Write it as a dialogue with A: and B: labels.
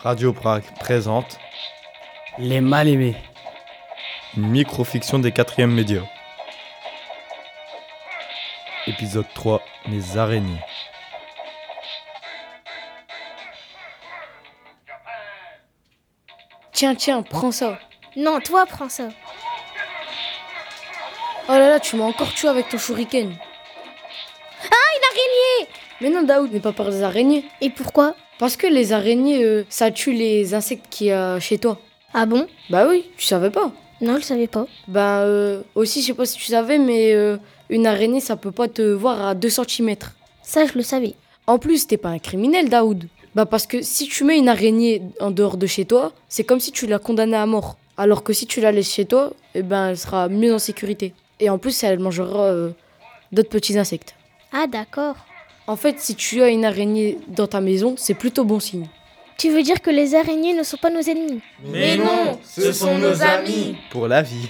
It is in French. A: Radio Prague présente
B: Les mal aimés.
A: une microfiction des quatrièmes médias. Épisode 3 Les araignées.
C: Tiens, tiens, prends ça.
D: Non, toi, prends ça.
C: Oh là là, tu m'as encore tué avec ton shuriken. Ah, une araignée Mais non, Daoud n'est pas peur des araignées.
D: Et pourquoi
C: Parce que les araignées, euh, ça tue les insectes qu'il y a chez toi.
D: Ah bon
C: Bah oui, tu savais pas.
D: Non, je savais pas.
C: Bah euh, aussi, je sais pas si tu savais, mais euh, une araignée, ça peut pas te voir à 2 cm.
D: Ça, je le savais.
C: En plus, t'es pas un criminel, Daoud. Bah parce que si tu mets une araignée en dehors de chez toi, c'est comme si tu la condamnais à mort. Alors que si tu la laisses chez toi, eh ben elle sera mieux en sécurité. Et en plus, elle mangera euh, d'autres petits insectes.
D: Ah, d'accord.
C: En fait, si tu as une araignée dans ta maison, c'est plutôt bon signe.
D: Tu veux dire que les araignées ne sont pas nos ennemis
E: Mais non, ce sont nos amis.
A: Pour la vie.